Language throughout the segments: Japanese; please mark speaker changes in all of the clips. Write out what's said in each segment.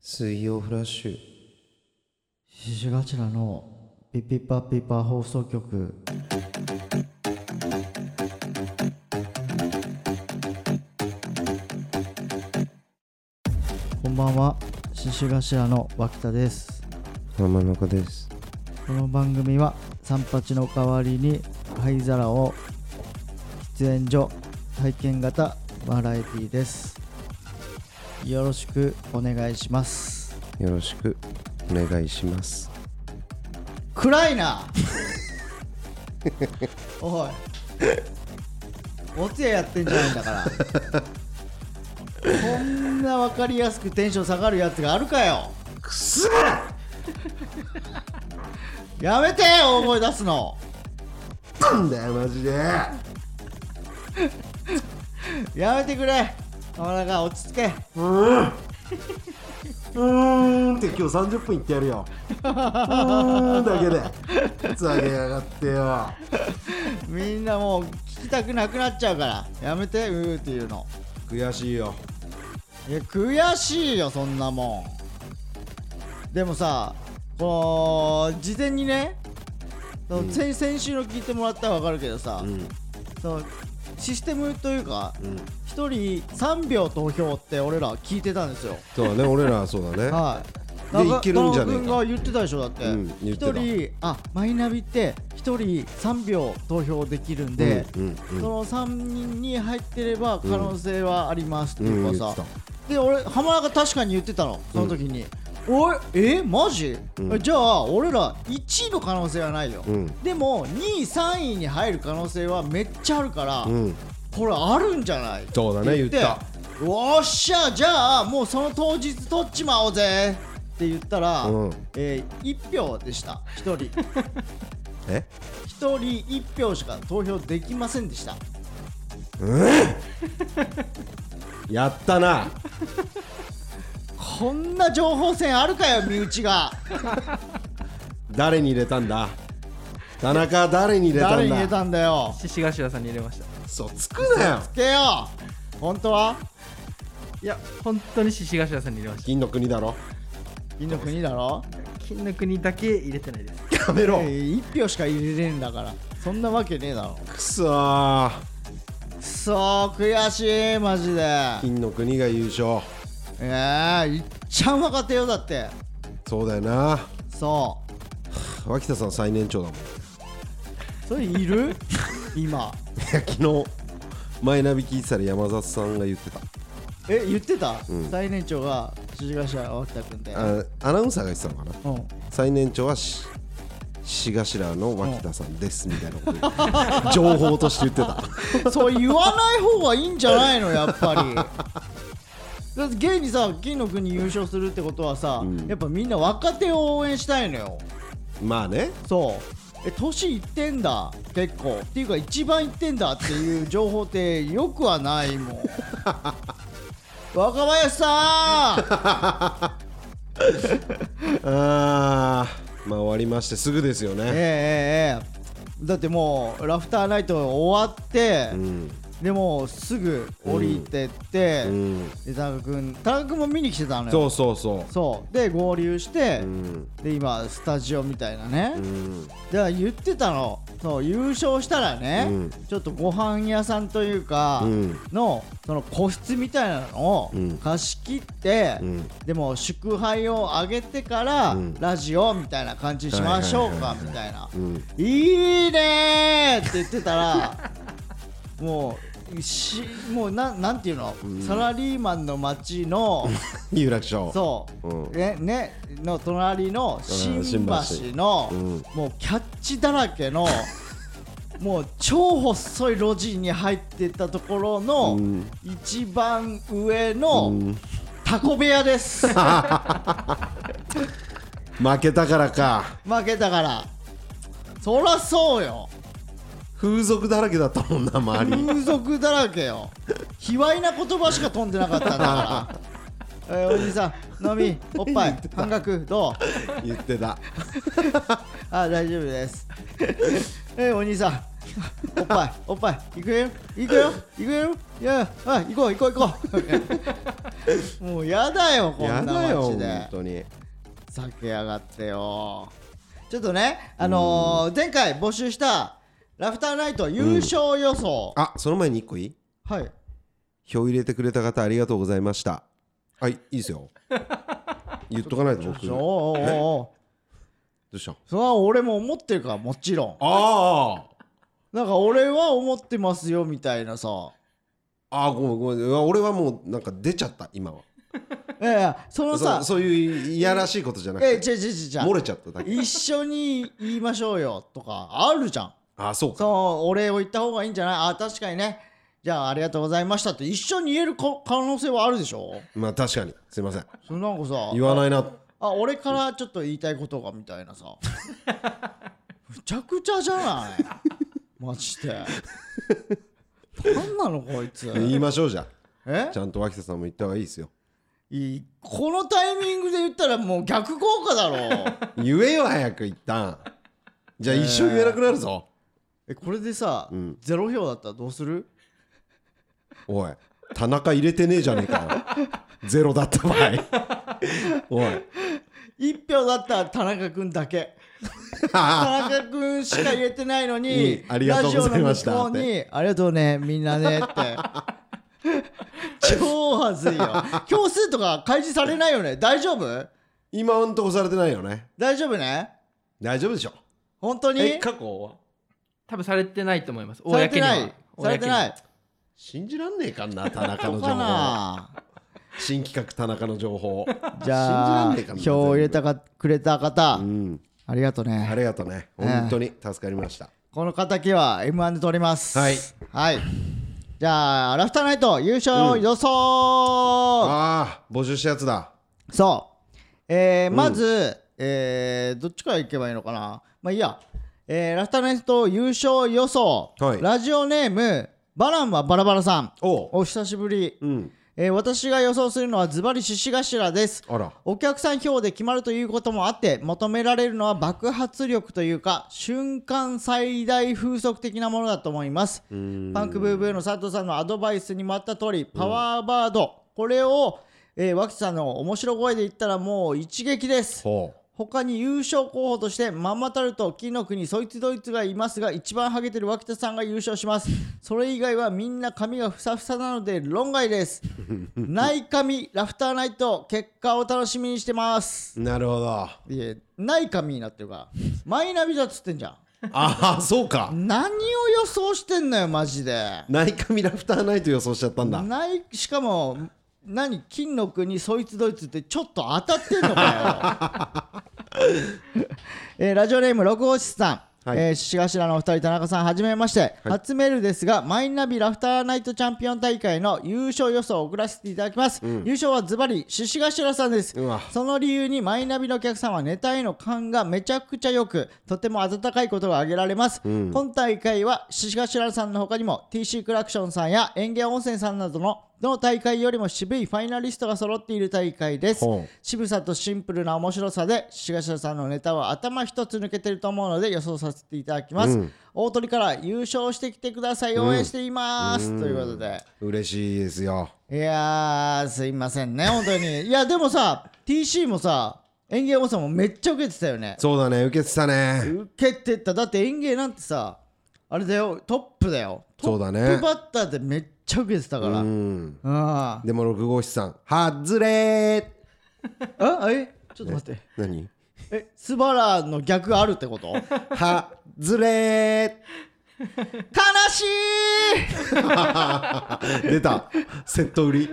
Speaker 1: 水曜フラッシュ
Speaker 2: シシュガチラのピピパピパ放送局こんばんはシシュガチラの脇田です
Speaker 1: 山中です
Speaker 2: この番組は三八の代わりに灰皿を喫煙所体験型バラエティーですよろしくお願いします
Speaker 1: よろしくお願いします
Speaker 2: 暗いなおいおつややってんじゃないんだからこんな分かりやすくテンション下がるやつがあるかよ
Speaker 1: くす
Speaker 2: やめて大声出すの
Speaker 1: なんだよマジで
Speaker 2: やめてくれ浜中落ち着け
Speaker 3: うーんって今日30分いってやるよ。うーんだけで。ふざけやがってよ。
Speaker 2: みんなもう聞きたくなくなっちゃうからやめてうーっていうの
Speaker 3: 悔しいよ。
Speaker 2: いや悔しいよそんなもんでもさこの事前にね、その先先週の聞いてもらったら分かるけどさ、
Speaker 1: うん
Speaker 2: そのシステムというか
Speaker 1: うん
Speaker 2: 1人3秒投票って俺ら聞いてたんですよ
Speaker 1: そうだね俺らはそうだね
Speaker 2: はい
Speaker 1: でいけるんじゃねえか
Speaker 2: 田中君が言ってたでしょだって、
Speaker 1: うん言ってた
Speaker 2: 1人あマイナビって1人3秒投票できるんで、
Speaker 1: うんうん
Speaker 2: その3人に入ってれば可能性はありますっていうかさ、
Speaker 1: うんうん言っ
Speaker 2: で俺浜中確かに言ってたのその時に、おいえマジ、
Speaker 1: うん
Speaker 2: じゃあ俺ら1位の可能性はないよ、
Speaker 1: うん
Speaker 2: でも2位3位に入る可能性はめっちゃあるから、
Speaker 1: うん
Speaker 2: これあるんじゃない
Speaker 1: そうだね
Speaker 2: て
Speaker 1: 言った
Speaker 2: よっしゃじゃあもうその当日取っちまおうぜって言ったら、
Speaker 1: うん
Speaker 2: え1票でした1人
Speaker 1: え
Speaker 2: 1人1票しか投票できませんでした
Speaker 1: やったな
Speaker 2: こんな情報戦あるかよ身内が
Speaker 1: 誰に入れたんだ田中誰に入れたんだ
Speaker 2: 誰に入れたんだよ
Speaker 4: 獅子頭さんに入れました
Speaker 1: そうつくなよ
Speaker 2: つけよ本当はい
Speaker 4: や本当に獅子頭さんに入れました
Speaker 1: 銀の国だろ
Speaker 2: 金の国だろ
Speaker 4: 金の国だけ入れてないです
Speaker 1: やめろ
Speaker 2: えー1票しか入れれんだからそんなわけねえだろ
Speaker 1: くそー
Speaker 2: くそー悔しいマジで
Speaker 1: 金の国が優勝
Speaker 2: ええいっちゃうまかったよだって
Speaker 1: そうだよな
Speaker 2: そ
Speaker 1: 脇田さん最年長だもん
Speaker 2: うそれいる 今
Speaker 1: いや昨日マイナビ聞いてたら山里さんが言ってた
Speaker 2: え言ってた、
Speaker 1: ん
Speaker 2: 最年長が主事会社脇田君で
Speaker 1: あアナウンサーが言ってたのかな
Speaker 2: うん
Speaker 1: 最年長はし志頭の脇田さんですみたいなこと言っ て情報として言って
Speaker 2: そう言わない方がいいんじゃないのやっぱ りだって現にさ金の国優勝するってことはさ、
Speaker 1: うん
Speaker 2: やっぱみんな若手を応援したいのよ
Speaker 1: たまあね
Speaker 2: そうえ年いってんだ結構っていうか一番いってんだっていう情報ってよくはないも ん若林 さ
Speaker 1: あーまあ終わりましてすぐですよ
Speaker 2: んええ
Speaker 1: ね、
Speaker 2: ええええだってもうラフターナイト終わって、
Speaker 1: うん
Speaker 2: でもうすぐ降りてって、
Speaker 1: うん
Speaker 2: で田中君田中君も見に来てたのよ
Speaker 1: そうそうそ
Speaker 2: そうで合流して、
Speaker 1: ううん
Speaker 2: で今スタジオみたいな
Speaker 1: う
Speaker 2: ね、
Speaker 1: ん
Speaker 2: で言ってたのそう優勝したらね、
Speaker 1: うん
Speaker 2: ちょっとご飯屋さんというか、
Speaker 1: うん
Speaker 2: のその個室みたいなのを
Speaker 1: うん
Speaker 2: 貸し切って、
Speaker 1: うん
Speaker 2: でも祝杯をあげてから、
Speaker 1: うん
Speaker 2: ラジオみたいな感じにしましょう
Speaker 1: はいは
Speaker 2: か
Speaker 1: いはいはい
Speaker 2: みたいな
Speaker 1: うん
Speaker 2: 「いいね!」って言ってたらもうしもうなんなんていうの、サラリーマンの街の。
Speaker 1: 有楽町
Speaker 2: そう、
Speaker 1: うん
Speaker 2: ねねの隣の新橋の、
Speaker 1: うん
Speaker 2: もうキャッチだらけの もう超細い路地に入ってったところの、
Speaker 1: うん
Speaker 2: 一番上の、
Speaker 1: うん
Speaker 2: タコ部屋で す負
Speaker 1: 負けたからか
Speaker 2: けたからそらそうよ
Speaker 1: 風俗だらけだったもんな周り
Speaker 2: 風俗だらけよ卑猥な言葉しか飛んでなかったんだ からえーおじさん飲みおっぱい半額どう
Speaker 1: 言ってた
Speaker 2: あ大丈夫です。えお兄さん。おっぱい、おっぱい、行くよ、行くよ、行くよ、いや、あ、行こう、行こう、行こう。もう やだよ こんな
Speaker 1: やだよ
Speaker 2: 街
Speaker 1: 本
Speaker 2: で
Speaker 1: 当に
Speaker 2: 避けやがってよちょっとねあのー前回募集したラフターナイト優勝予想、
Speaker 1: あその前に一個いい
Speaker 2: はい
Speaker 1: 票入れてくれた方ありがとうございましたはいいいです よ言っとかないと僕
Speaker 2: おう
Speaker 1: ど
Speaker 2: おうおう
Speaker 1: うしたん
Speaker 2: それは俺も思ってるからもちろん
Speaker 1: ああ
Speaker 2: なんか俺は思ってますよみたいなさ
Speaker 1: あーごめんごめんうわ俺はもうなんか出ちゃった今はい
Speaker 2: やいやそのさ
Speaker 1: そうそういういやらしいことじゃなく
Speaker 2: え
Speaker 1: て
Speaker 2: 違う違う違う違う
Speaker 1: 漏れちゃっただけ
Speaker 2: 一緒に言いましょうよとかあるじゃん
Speaker 1: あそうか
Speaker 2: そうお礼を言った方がいいんじゃないあ確かにねじゃあありがとうございましたって一緒に言えるこ可能性はあるでしょ
Speaker 1: まあ確かにすいません
Speaker 2: それなんかさ
Speaker 1: 言わないな
Speaker 2: あ俺からちょっと言いたいことがみたいなさむちゃくちゃじゃないマジ で何なのこいつ
Speaker 1: 言いましょうじゃ
Speaker 2: え
Speaker 1: あちゃんと脇田さんも言った方がいいですよ
Speaker 2: いいこのタイミングで言ったらもう逆効 果だろ
Speaker 1: 言えよ早く一旦じゃあ一生言えなくなるぞ
Speaker 2: えこれでさ、
Speaker 1: うん
Speaker 2: ゼロ票だったらどうする
Speaker 1: おい田中入れてねえじゃねえかよゼロだった場合おい
Speaker 2: ?1 票だったら田中君 だけ田中君しか入れてないのに、
Speaker 1: うんありがとうございました
Speaker 2: ラジオの向こうにありがとうねみんなねって 超はずいよ票数とか開示されないよね大丈夫
Speaker 1: 今んとこされてないよね
Speaker 2: 大丈夫ね
Speaker 1: 大丈夫でしょ
Speaker 2: 本当に
Speaker 5: え過去は
Speaker 4: 多分されてないと思います。
Speaker 2: されてない
Speaker 4: 公には
Speaker 2: されてな。
Speaker 4: 公に
Speaker 2: い
Speaker 1: 信じらんねえかんな田中の
Speaker 2: そう
Speaker 1: 情
Speaker 2: か
Speaker 1: 報
Speaker 2: な
Speaker 1: 新企画田中の情報
Speaker 2: じゃあ
Speaker 1: 信じらんねえかな
Speaker 2: 票を入れたかくれた方、
Speaker 1: うん
Speaker 2: ありがとうね
Speaker 1: ありがとうね本当に助かりました
Speaker 2: この敵は M1 で取ります。
Speaker 1: はい。
Speaker 2: はい。じゃあ、ラフターナイト優勝予想、
Speaker 1: ああ募集したやつだ
Speaker 2: そう。えー、まず、えー、どっちからいけばいいのかなまあいいや。えー、ラフターナイト優勝予想、
Speaker 1: はい
Speaker 2: ラジオネーム、バランはバラバラさん。
Speaker 1: おう
Speaker 2: お久しぶり。
Speaker 1: うん
Speaker 2: えー、私が予想するのはズバリ獅子頭です。
Speaker 1: あら
Speaker 2: お客さん票で決まるということもあって求められるのは爆発力というか瞬間最大風速的なものだと思います
Speaker 1: うーん
Speaker 2: パンクブーブーの佐藤さんのアドバイスにもあった通りパワーバード、これを、えー、脇さんの面白声で言ったらもう一撃です
Speaker 1: ほう
Speaker 2: 他に優勝候補としてマンマタルト金の国そいつドイツがいますが一番ハゲてる脇田さんが優勝しますそれ以外はみんな髪がふさふさなので論外ですない髪ラフターナイト結果を楽しみにしてます
Speaker 1: なるほどあ
Speaker 2: いえない髪になってるからマイナビだっつってんじゃ
Speaker 1: あそうか
Speaker 2: ん何を予想してんのよマジで
Speaker 1: 内髪ラフターナイト予想しちゃったんだ
Speaker 2: ないしかも何金の国そいつドイツってちょっと当たってんのか よ、えーラジオネーム六星さん、
Speaker 1: はい
Speaker 2: えー獅子頭のお二人田中さんはじめまして、
Speaker 1: はい
Speaker 2: 初メールですがマイナビラフターナイトチャンピオン大会の優勝予想を送らせていただきます、優勝はズバリ獅子頭さんです
Speaker 1: うわ
Speaker 2: その理由にマイナビのお客さんはネタへの感がめちゃくちゃ良くとても温かいことが挙げられます、今大会は獅子頭さんの他にも TC クラクションさんや園芸温泉さんなどのどの大会よりも渋いファイナリストが揃っている大会です
Speaker 1: ほう
Speaker 2: 渋さとシンプルな面白さで獅子頭さんのネタは頭一つ抜けてると思うので予想させていただきます、大鳥から優勝してきてください応援しています、ということで
Speaker 1: 嬉しいですよ
Speaker 2: いやーすいませんね本当に いやでもさ TC もさ園芸王さんもめっちゃ受けてたよね
Speaker 1: そうだね受けてたね
Speaker 2: 受けてただって園芸なんてさあれだよトップだよ
Speaker 1: そうだね
Speaker 2: トップバッターでめっちゃ受けてたから
Speaker 1: う
Speaker 2: うん
Speaker 1: ん
Speaker 2: あ
Speaker 1: でも6号室さんはずれー
Speaker 2: あえちょっと待って
Speaker 1: 何
Speaker 2: えスバラの逆あるってこと悲
Speaker 1: はずれー
Speaker 2: しい
Speaker 1: 出たセット売り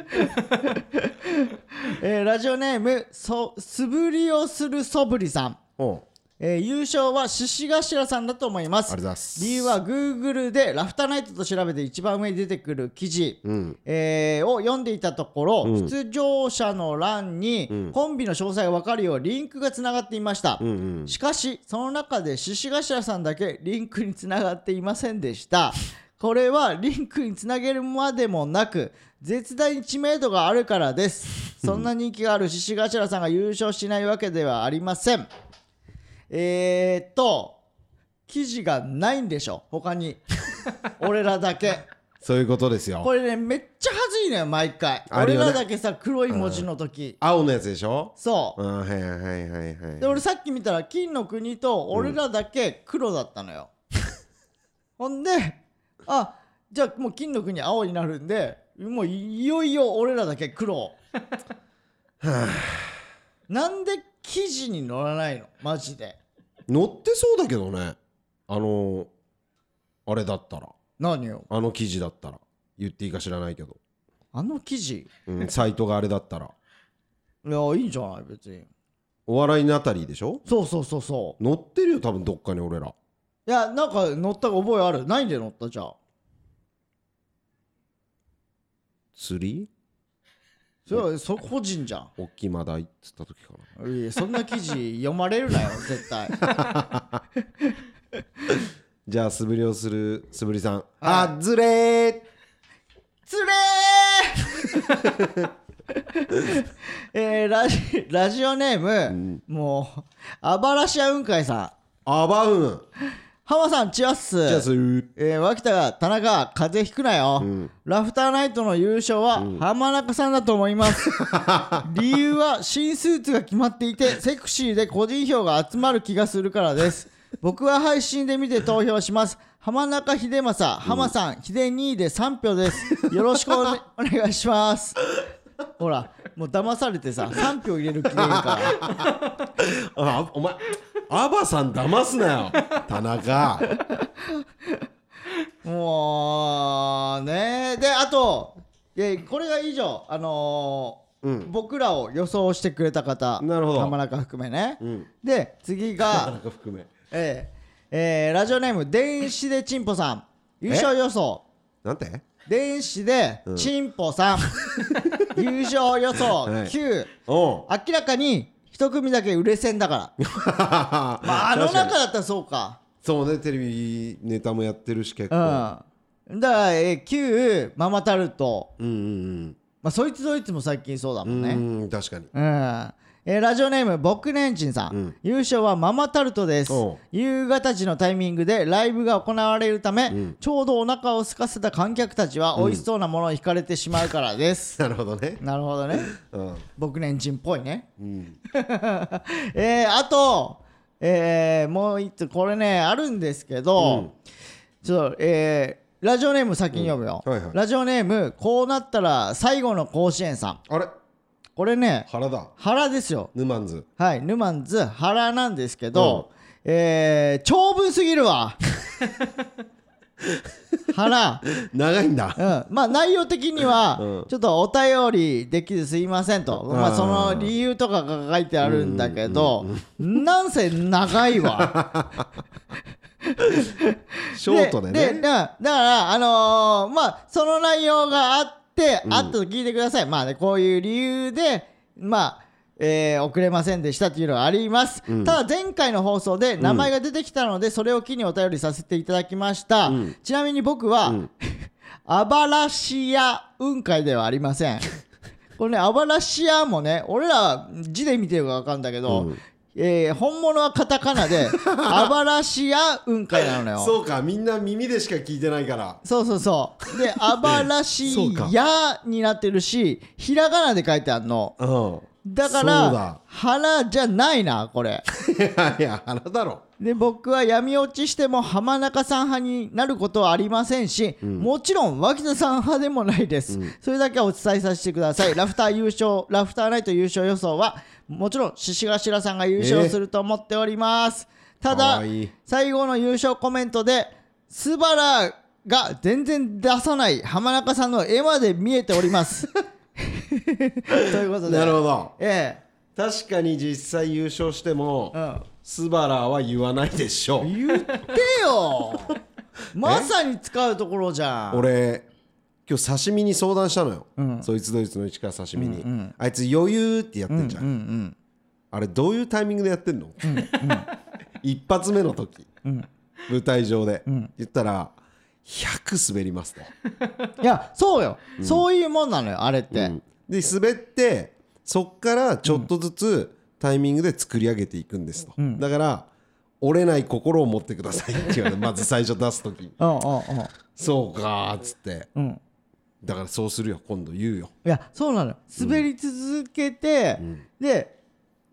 Speaker 2: えーラジオネームそ素振りをするそぶりさん
Speaker 1: おう
Speaker 2: えー優勝は獅子頭さんだと思います。
Speaker 1: ありがとうございます
Speaker 2: 理由は Google でラフターナイトと調べて一番上に出てくる記事、
Speaker 1: ん
Speaker 2: えーを読んでいたところ、
Speaker 1: ん
Speaker 2: 出場者の欄に、コンビの詳細が分かるようリンクがつながっていました。
Speaker 1: うんうん
Speaker 2: しかしその中で獅子頭さんだけリンクにつながっていません でしたこれはリンクにつなげるまでもなく絶大に知名度があるからですそんな人気がある獅子頭さんが優勝しないわけではありませんえー、っと記事がないんでしょ他に俺らだけ
Speaker 1: そういうことです
Speaker 2: こ
Speaker 1: よ
Speaker 2: れねめっちゃ恥ずいのよ毎回、
Speaker 1: ある
Speaker 2: 俺
Speaker 1: よね
Speaker 2: らだけさ黒い文字の時、
Speaker 1: 青のやつでしょ
Speaker 2: そう、
Speaker 1: うんはいはいはいはい
Speaker 2: で俺さっき見たら金の国と俺らだけ黒だったのよ、ほんであじゃあもう金の国青になるんでもういよいよ俺らだけ黒なんで記事に載らないのマジで
Speaker 1: 乗ってそうだけどねあのあれだったら
Speaker 2: 何よ
Speaker 1: あの記事だったら言っていいか知らないけど、
Speaker 2: あの記事
Speaker 1: うん、サイトがあれだったら
Speaker 2: いやいいんじゃない別に
Speaker 1: お笑いのあたりでしょ
Speaker 2: そうそうそうそう
Speaker 1: 乗ってるよ多分どっかに俺ら
Speaker 2: いやなんか載った覚えある何で載ったじゃあ
Speaker 1: 釣り
Speaker 2: それはそ個人じゃん
Speaker 1: おっきいマダイっつった時かない
Speaker 2: やそんな記事読まれるなよ絶対
Speaker 1: じゃあ素振りをする素振りさんあずれー
Speaker 2: つれー えー、ラジラジオネーム、もうあばらしや雲海さん
Speaker 1: あばうん
Speaker 2: 浜さんチアッス
Speaker 1: じゃあする
Speaker 2: えー、脇田が田中風邪ひくなよ、ラフターナイトの優勝は浜中さんだと思います 理由は新スーツが決まっていてセクシーで個人票が集まる気がするからです僕は配信で見て投票します浜中秀政浜さん、秀兄で3票ですよろしくお,、ね、お願いしますほらもう騙されてさ3票入れる気でいるから
Speaker 1: あお前アバさん騙すなよ田中
Speaker 2: もうねであといやこれが以上あのー僕らを予想してくれた方
Speaker 1: なるほど
Speaker 2: 浜中含めね、
Speaker 1: ん
Speaker 2: で 次が、
Speaker 1: 中含め
Speaker 2: えーえーラジオネーム電子でチンポさん優勝予想
Speaker 1: なんて
Speaker 2: 電子でチンポ さん、優勝予想
Speaker 1: はい
Speaker 2: 9
Speaker 1: おう
Speaker 2: 明らかに一組だけ売れ線だから、
Speaker 1: ま
Speaker 2: まあ、あの
Speaker 1: 確かに
Speaker 2: 中だったらそうか
Speaker 1: そうねテレビネタもやってるし結
Speaker 2: う
Speaker 1: 構
Speaker 2: んだから、えー、9ママタルト
Speaker 1: うんうん
Speaker 2: まあ、そいつどいつも最近そうだも
Speaker 1: うん
Speaker 2: んね。うん
Speaker 1: うん確かに
Speaker 2: えーラジオネーム、ボックネンチンさん、
Speaker 1: うん
Speaker 2: 優勝はママタルトです
Speaker 1: おう。
Speaker 2: 夕方時のタイミングでライブが行われるため、
Speaker 1: ん
Speaker 2: ちょうどお腹を空かせた観客たちは美味しそうなものに惹かれてしまうから です。
Speaker 1: なるほどね
Speaker 2: なるほどね。
Speaker 1: うん
Speaker 2: ボックネンチンっぽいね。
Speaker 1: うん
Speaker 2: えーあと、えーもう一つ、これね、あるんですけど、
Speaker 1: うん
Speaker 2: ちょっと、えーラジオネーム先に読むよ、
Speaker 1: うんはいはい
Speaker 2: ラジオネーム、こうなったら最後の甲子園さん。
Speaker 1: あれ
Speaker 2: これね、
Speaker 1: 原だ
Speaker 2: 原ですよ。
Speaker 1: ヌマンズ
Speaker 2: はい、ヌマンズ原なんですけど、えー長文すぎる わ。原、
Speaker 1: 長いんだ
Speaker 2: うん、まあ内容的には、
Speaker 1: うん
Speaker 2: ちょっとお便りできずすいませんと、
Speaker 1: あ
Speaker 2: まあ、
Speaker 1: ー
Speaker 2: その理由とかが書いてあるんだけど、なんせ長いわ。
Speaker 1: ショートで
Speaker 2: で
Speaker 1: ね
Speaker 2: だだから、あのーまあ、その内容があって、あったと聞いてください。まあね、こういう理由で、まあ、えー遅れませんでしたっていうのがあります、ただ前回の放送で名前が出てきたので、それを機にお便りさせていただきました、
Speaker 1: ん
Speaker 2: ちなみに僕は、 アバラシア雲海ではあり ませんこれねアバラシアもね俺ら字で見てるから分かるんだけど、えー本物はカタカ ナでアバラシア雲海なのよ
Speaker 1: そうかみんな耳でしか聞いてないから
Speaker 2: そうそうそう。 で、あばらし
Speaker 1: そうか
Speaker 2: やになってるし、ひらがなで書いてあるの。
Speaker 1: うん
Speaker 2: だ
Speaker 1: そ
Speaker 2: か
Speaker 1: う
Speaker 2: ら
Speaker 1: だ、
Speaker 2: 腹じゃないな、これ。
Speaker 1: いやいや原だ ろ
Speaker 2: で、僕は闇落ちしても浜中さん派になることはありませんし、もちろん脇田さん派でもないです。それだけはお伝えさせてく ださい。ラフター優勝、ラフターナイト優勝予想は、もちろん獅子頭さんが優勝すると思っております。
Speaker 1: か
Speaker 2: ただ
Speaker 1: わいい
Speaker 2: 最後の優勝コメントでスバラが全然出さない浜中さんの絵まで見えております ということで
Speaker 1: なるほど
Speaker 2: え
Speaker 1: 確かに実際優勝しても、
Speaker 2: えうん
Speaker 1: スバラは言わないでしょう
Speaker 2: 言って よまさに使うところじゃん
Speaker 1: 俺今日刺身に相談したのよ、
Speaker 2: ん
Speaker 1: そいつドイツの市川刺身に、あいつ余裕ってやってんじゃん、
Speaker 2: うんうん
Speaker 1: あれどういうタイミングでやってんの、一発目の時、舞台上で、言ったら100滑りますと、
Speaker 2: いやそうよ、そういうもんなのよあれって、
Speaker 1: で滑ってそっからちょっとずつタイミングで作り上げていくんですと、だから折れない心を持ってくださいって言 われてまず最初出す時
Speaker 2: うんうんうん
Speaker 1: そうかーっつって
Speaker 2: うん
Speaker 1: だからそうするよ今度言うよ、
Speaker 2: いやそうなのよ滑り続けて、
Speaker 1: ん
Speaker 2: で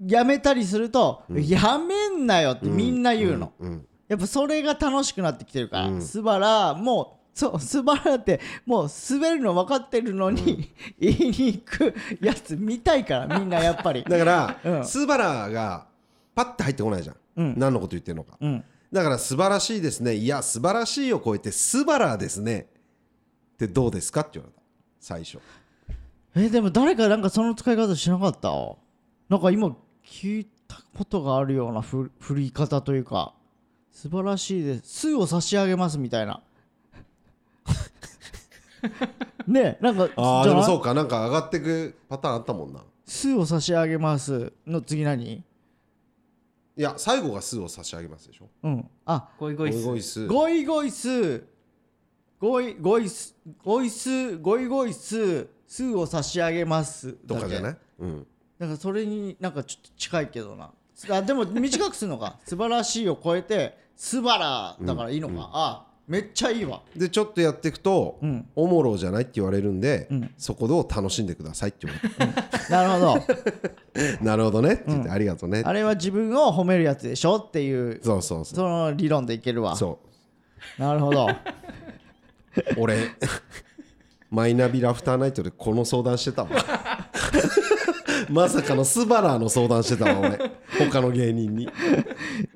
Speaker 2: やめたりすると、
Speaker 1: うん
Speaker 2: やめんなよってみんな言うの、
Speaker 1: うん
Speaker 2: やっぱそれが楽しくなってきてるから、
Speaker 1: うん
Speaker 2: スバラもうそう スバラってもう滑るの分かってるのに、言いに行くやつ見たいからみんなやっぱり
Speaker 1: だから、
Speaker 2: うん
Speaker 1: スバラがパッて入ってこないじゃん、
Speaker 2: うん
Speaker 1: 何のこと言ってるのか、
Speaker 2: うん
Speaker 1: だから素晴らしいですねいや素晴らしいを超えて素晴らですねってどうですかって言われた最初
Speaker 2: えでも誰かなんかその使い方しなかったなんか今聞いたことがあるようなふ振り方というか素晴らしいです「す」を差し上げます みたいなねえなんか
Speaker 1: ああでもそううかなんか上がってくパターンあったもんな
Speaker 2: 「す」を差し上げますの次何
Speaker 1: いや最後が数を差し上げますでしょ
Speaker 2: うんあ
Speaker 4: ゴイゴ
Speaker 1: ゴ
Speaker 4: イ
Speaker 1: イ
Speaker 4: ス
Speaker 1: ゴイス
Speaker 2: ゴイゴイスゴイゴイスゴイスゴイゴイススーを差し上げます
Speaker 1: とかじゃないいうん
Speaker 2: なんかそれになんかちょっと近いけどなあでも短くするの か素晴らしいを超えて素晴らだからいいのか、あめっちゃいいわ
Speaker 1: でちょっとやっていくと、
Speaker 2: ん
Speaker 1: おもろじゃないって言われるんで、
Speaker 2: ん
Speaker 1: そこを楽しんでくださいって言わ
Speaker 2: なるほど
Speaker 1: れてなるほどねって言って、ありがとうね
Speaker 2: あれは自分を褒めるやつでしょっていう
Speaker 1: そうそうそう
Speaker 2: その理論でいけるわ
Speaker 1: そ
Speaker 2: なるほど
Speaker 1: う俺マイナビラフターナイトでこの相談してたわまさかのスバラの相談してたわ俺他の芸人に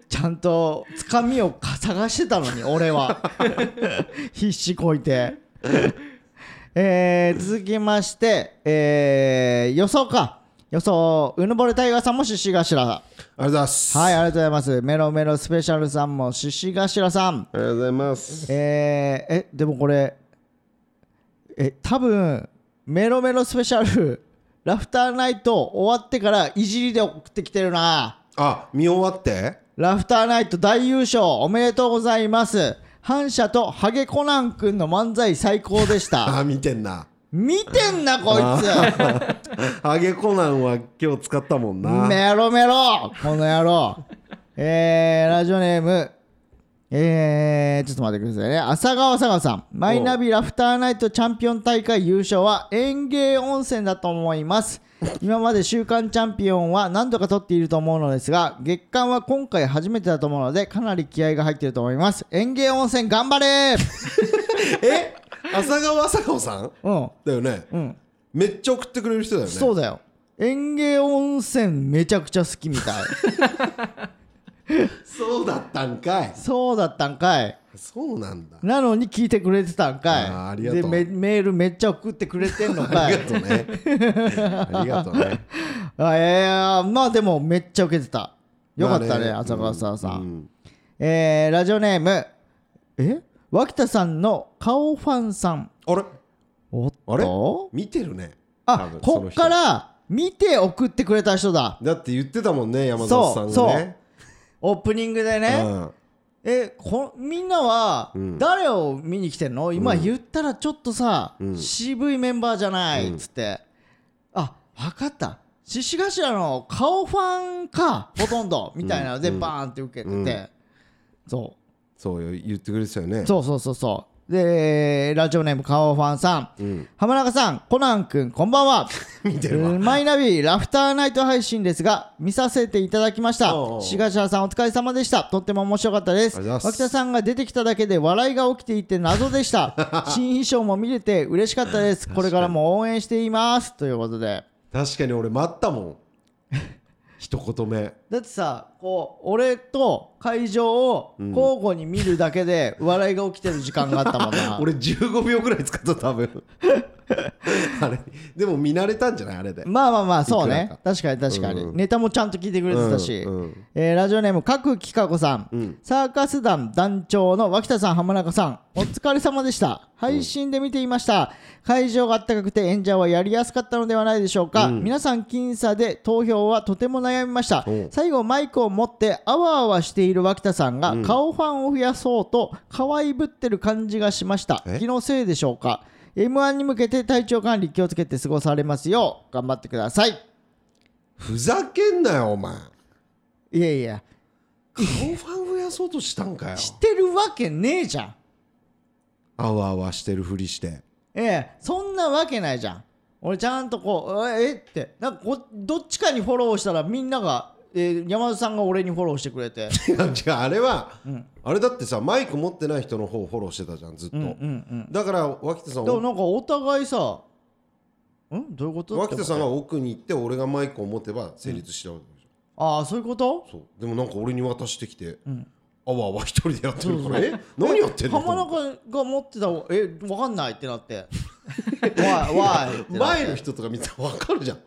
Speaker 2: ちゃんとつかみをか探してたのに俺 は必死こいてえー続きまして、えー予想か予想うぬぼれタイガーさんも獅子頭はい
Speaker 1: ありがとうございます
Speaker 2: あり
Speaker 1: あ
Speaker 2: がとうございますメロメロスペシャルさんも獅子頭さん
Speaker 1: りがとうございます
Speaker 2: えーえでもこれえ多分メロメロスペシャルラフターナイト終わってからいじりで送ってきてるな
Speaker 1: あ見終わって
Speaker 2: ラフターナイト大優勝おめでとうございます反社とハゲコナンくんの漫才最高でし
Speaker 1: あ
Speaker 2: た
Speaker 1: 見てんな
Speaker 2: 見てんなこいつ
Speaker 1: ハゲコナンは今日使ったもんな、
Speaker 2: メロメロこの野郎えー、ラジオネームえー、ちょっと待ってくださいね浅川浅川さんマイナビラフターナイトチャンピオン大会優勝は園芸温泉だと思います今まで週間チャンピオンは何度か取っていると思うのですが月間は今回初めてだと思うのでかなり気合が入っていると思います園芸温泉頑張
Speaker 1: え
Speaker 2: れ
Speaker 1: 浅川浅川さん
Speaker 2: うん
Speaker 1: だよね、
Speaker 2: うん
Speaker 1: めっちゃ送ってくれる人だよね
Speaker 2: そうだよ園芸温泉めちゃくちゃ好きみたい
Speaker 1: そうだったんかい
Speaker 2: そうだったんかい
Speaker 1: そうなんだ
Speaker 2: なのに聞いてくれてたんかい
Speaker 1: あーありがとう
Speaker 2: でメメールめっちゃ送ってくれてんの
Speaker 1: あ
Speaker 2: か
Speaker 1: り
Speaker 2: い
Speaker 1: がとう ねありがとうね
Speaker 2: あいやいやまあでもめっちゃ受けてたよかったね,、
Speaker 1: まあ
Speaker 2: 浅川沢さん、
Speaker 1: うん
Speaker 2: えーラジオネームえ脇田さんの顔ファンさん
Speaker 1: あれ
Speaker 2: おっ
Speaker 1: あれ
Speaker 2: と
Speaker 1: 見てるね多
Speaker 2: あ
Speaker 1: 分そ
Speaker 2: こ
Speaker 1: の
Speaker 2: っ
Speaker 1: 人
Speaker 2: から見て送ってくれた人だ
Speaker 1: だって言ってたもんね山里さん
Speaker 2: そう
Speaker 1: が
Speaker 2: そ
Speaker 1: ね
Speaker 2: うオープニングでね、
Speaker 1: うん
Speaker 2: えこみんなは
Speaker 1: うん
Speaker 2: 誰を見に来てんの、今言ったらちょっとさ、
Speaker 1: うん
Speaker 2: 渋いメンバーじゃないっつって、あ分かった獅子頭の顔ファンかほとんどみたいなので
Speaker 1: うん
Speaker 2: バーンって受けてて、
Speaker 1: うん
Speaker 2: そ
Speaker 1: そうよ言ってくれてたよね
Speaker 2: うそうそうそうそうでラジオネーム顔ファンさん
Speaker 1: うん
Speaker 2: 浜中さんコナン君こんばんは
Speaker 1: 見てるわ
Speaker 2: うんマイナビラフターナイト配信ですが見させていただきました
Speaker 1: おうおう
Speaker 2: 志賀社さんお疲れ様でしたとっても面白かったです
Speaker 1: ありがとうございます
Speaker 2: 脇田さんが出てきただけで笑いが起きていて謎でした 新衣装も見れて嬉しかったですこれからも応援していますということで
Speaker 1: 確かに俺待ったもん 一言目
Speaker 2: だってさこう俺と会場を交互に見るだけで笑いが起きてる時間があったもんな
Speaker 1: 俺15秒ぐらい使った多 分あれでも見慣れたんじゃないあれで
Speaker 2: まあまあまあそう
Speaker 1: いく
Speaker 2: ね
Speaker 1: ら
Speaker 2: 確かに確かに、
Speaker 1: うん
Speaker 2: ネタもちゃんと聞いてくれてたし、
Speaker 1: うんうん
Speaker 2: えーラジオネーム角きかこさん、
Speaker 1: うん
Speaker 2: サーカス団団長の脇田さん浜中さんお疲れ様でした配信で見ていました、会場が暖かくて演者はやりやすかったのではないでしょうか、皆さん僅差で投票はとても悩みました
Speaker 1: うん
Speaker 2: 最後マイクを持ってあわあわしている脇田さんが顔ファンを増やそうと可愛ぶってる感じがしました
Speaker 1: え
Speaker 2: 気のせいでしょうか m 1に向けて体調管理気をつけて過ごされますよう頑張ってください
Speaker 1: ふざけんなよお前
Speaker 2: いやいや
Speaker 1: 顔ファンやそうとしたんかよ
Speaker 2: してるわけねえじゃん
Speaker 1: あわあわしてるふりして
Speaker 2: ええそんなわけないじゃん俺ちゃんとこうええってなんかこどっちかにフォローしたらみんなが、えー山田さんが俺にフォローしてく れて
Speaker 1: 違う違うあれは、あれだってさマイク持ってない人の方をフォローしてたじゃんずっと、
Speaker 2: うんうんうん
Speaker 1: だから脇田さん
Speaker 2: でもなんかお互いさんどういうこと
Speaker 1: 脇田さん
Speaker 2: って
Speaker 1: が
Speaker 2: 思って
Speaker 1: 奥に行って俺がマイクを持てば成立しちゃう、
Speaker 2: ああそういうこと
Speaker 1: そうでもなんか俺に渡してきて、
Speaker 2: ん
Speaker 1: あわあわ一人でやってるから
Speaker 2: そう
Speaker 1: え何やってんの
Speaker 2: 浜
Speaker 1: と思っ
Speaker 2: 中が持ってたえわかんないってな って「わいわい」っててなって
Speaker 1: 前の人とか見たら分かるじゃん
Speaker 2: い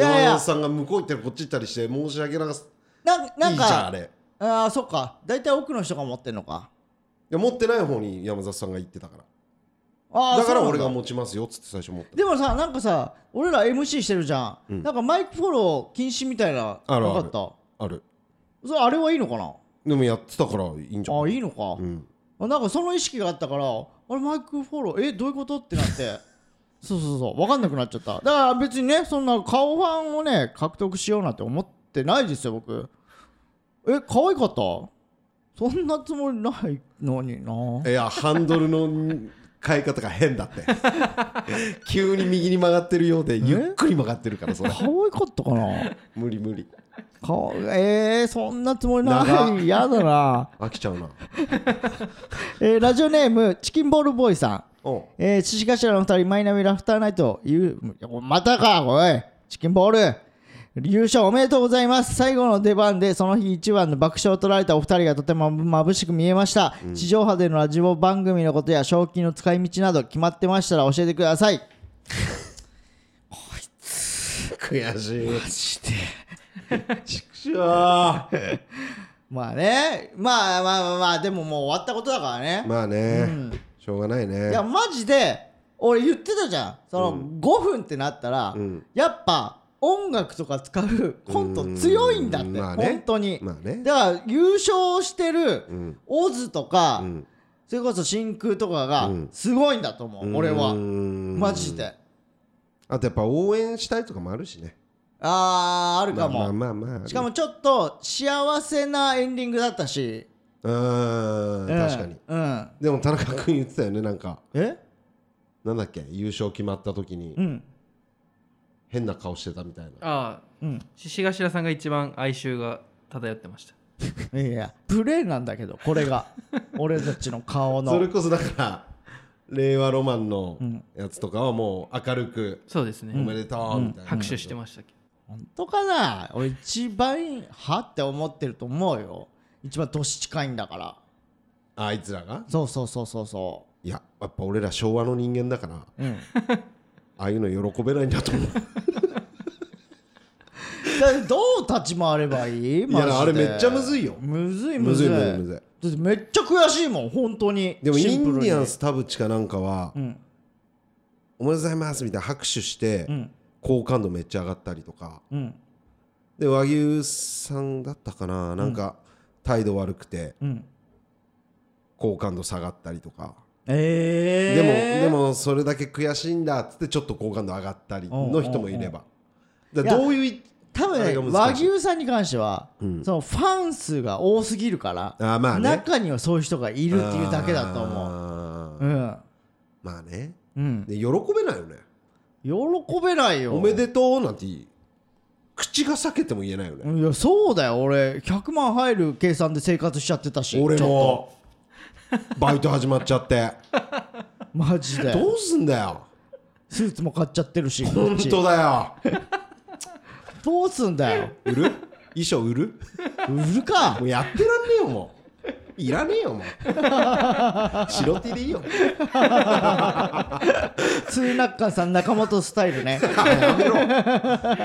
Speaker 2: やいや
Speaker 1: 山田さんが向こう行ったりこっち行ったりして申し訳なさ
Speaker 2: なんなんか
Speaker 1: いいじゃんあれい
Speaker 2: ああそっか大体奥の人が持ってんのか
Speaker 1: や持ってない方に山里さんが行ってたから
Speaker 2: ああ
Speaker 1: だから
Speaker 2: そうなん
Speaker 1: 俺が持ちますよっつって最初持った
Speaker 2: でもさなんかさ俺ら MC してるじゃん、なんかマイクフォロー禁止みたいな
Speaker 1: ある
Speaker 2: な
Speaker 1: ある
Speaker 2: かった
Speaker 1: ある
Speaker 2: それあれはいいのかな
Speaker 1: でもやってたからいいんじゃん
Speaker 2: あいいのか、
Speaker 1: うん
Speaker 2: あなんかその意識があったからあれマイクフォローえどういうことってなって そうそうそう分かんなくなっちゃっただから別にねそんな顔ファンをね獲得しようなんて思ってないですよ僕え可愛かったそんなつもりないのにない
Speaker 1: やハンドルの変え方が変だ って急に右に曲がってるようでゆっくり曲がってるからそれ
Speaker 2: 可愛かったかな
Speaker 1: 無理無理
Speaker 2: かえー、そんなつもりないやだな
Speaker 1: 飽きちゃうな
Speaker 2: えーラジオネームチキンボールボーイさん
Speaker 1: うん
Speaker 2: えー、獅子頭の二人マイナビラフターナイトゆうまたかおいチキンボール優勝おめでとうございます最後の出番でその日一番の爆笑を取られたお二人がとても眩しく見えました、地上波でのラジオ番組のことや賞金の使い道など決まってましたら教えてください
Speaker 1: 悔しいマジで
Speaker 2: まあねまあまあまあ、まあ、でももう終わったことだからね、
Speaker 1: まあね、しょうがないね
Speaker 2: いやマジで俺言ってたじゃんその5分ってなったら、
Speaker 1: うん
Speaker 2: やっぱ音楽とか使うコント強いんだって、
Speaker 1: うんまあね
Speaker 2: 本当に、
Speaker 1: まあね
Speaker 2: だから優勝してる
Speaker 1: ん
Speaker 2: オズとか、
Speaker 1: ん
Speaker 2: それこそ真空とかが
Speaker 1: うん
Speaker 2: すごいんだと思う、俺は
Speaker 1: うん
Speaker 2: マジで
Speaker 1: あとやっぱ応援したいとかもあるしね
Speaker 2: あーあるかも、
Speaker 1: まあまあまあまあ
Speaker 2: しかもちょっと幸せなエンディングだったし、
Speaker 1: うーん確かに、
Speaker 2: うんうん
Speaker 1: でも田中君言ってたよねなんか
Speaker 2: え
Speaker 1: なんだっけ優勝決まった時に
Speaker 2: うん
Speaker 1: 変な顔してたみたいな、
Speaker 4: ああ
Speaker 2: うん
Speaker 4: 獅子頭さんが一番哀愁が漂ってました
Speaker 2: いやいやプレーなんだけどこれ が俺たちの顔の
Speaker 1: それこそだから令和ロマンの
Speaker 2: ん
Speaker 1: やつとかはもう明るく
Speaker 4: そうですね、
Speaker 1: おめでとうみたいな
Speaker 4: 拍手してましたけ
Speaker 2: 本当かな俺一番はって思ってると思うよ一番年近いんだから
Speaker 1: ああいつらが
Speaker 2: そうそうそうそうそ
Speaker 1: いややっぱ俺ら昭和の人間だから
Speaker 2: う、うん、
Speaker 1: ああいうの喜べないんだと思う
Speaker 2: だってどう立ち回ればいい
Speaker 1: いや
Speaker 2: マジで
Speaker 1: あれめっちゃむずいよ
Speaker 2: むずい む
Speaker 1: む
Speaker 2: ず
Speaker 1: ずい
Speaker 2: い
Speaker 1: むずいむずい
Speaker 2: だってめっちゃ悔しいもん本当に
Speaker 1: でもイ
Speaker 2: シプル
Speaker 1: ン
Speaker 2: に
Speaker 1: ディアンス田淵かなんかは、
Speaker 2: ん
Speaker 1: おめでとうございますみたいな拍手して、
Speaker 2: うん
Speaker 1: 好感度めっちゃ上がったりとか
Speaker 2: うん
Speaker 1: で和牛さんだったかななんか態度悪くて
Speaker 2: うん
Speaker 1: 好感度下がったりとか、
Speaker 2: え
Speaker 1: でもで
Speaker 2: え
Speaker 1: もそれだけ悔しいんだっつってちょっと好感度上がったりの人もいればだから
Speaker 2: いや
Speaker 1: どういう
Speaker 2: 多分
Speaker 1: あ
Speaker 2: ね
Speaker 1: れが難
Speaker 2: 和
Speaker 1: しい
Speaker 2: 牛さんに関しては、
Speaker 1: うん
Speaker 2: そのファン数が多すぎるから
Speaker 1: あーまあね
Speaker 2: 中にはそういう人がい
Speaker 1: い
Speaker 2: るっていうだけだと思
Speaker 1: 思
Speaker 2: ううん
Speaker 1: まあね
Speaker 2: うん
Speaker 1: で喜べないよね
Speaker 2: 喜べないよ
Speaker 1: おめでとうなんて口が裂けても言えないよね
Speaker 2: いやそうだよ俺100万入る計算で生活しちゃってたし
Speaker 1: 俺
Speaker 2: ちょ
Speaker 1: もバイト始まっちゃって
Speaker 2: っとマジで
Speaker 1: どうすんだよ
Speaker 2: スーツも買っちゃってるしこ
Speaker 1: 本
Speaker 2: っち
Speaker 1: 当だよ
Speaker 2: どうすんだよ
Speaker 1: 売る衣装売る
Speaker 2: 売るか
Speaker 1: もうやってらんねえよもういらねえよもう白 T でいいよ
Speaker 2: ツーナッカーさん中本スタイル ね
Speaker 1: やめろ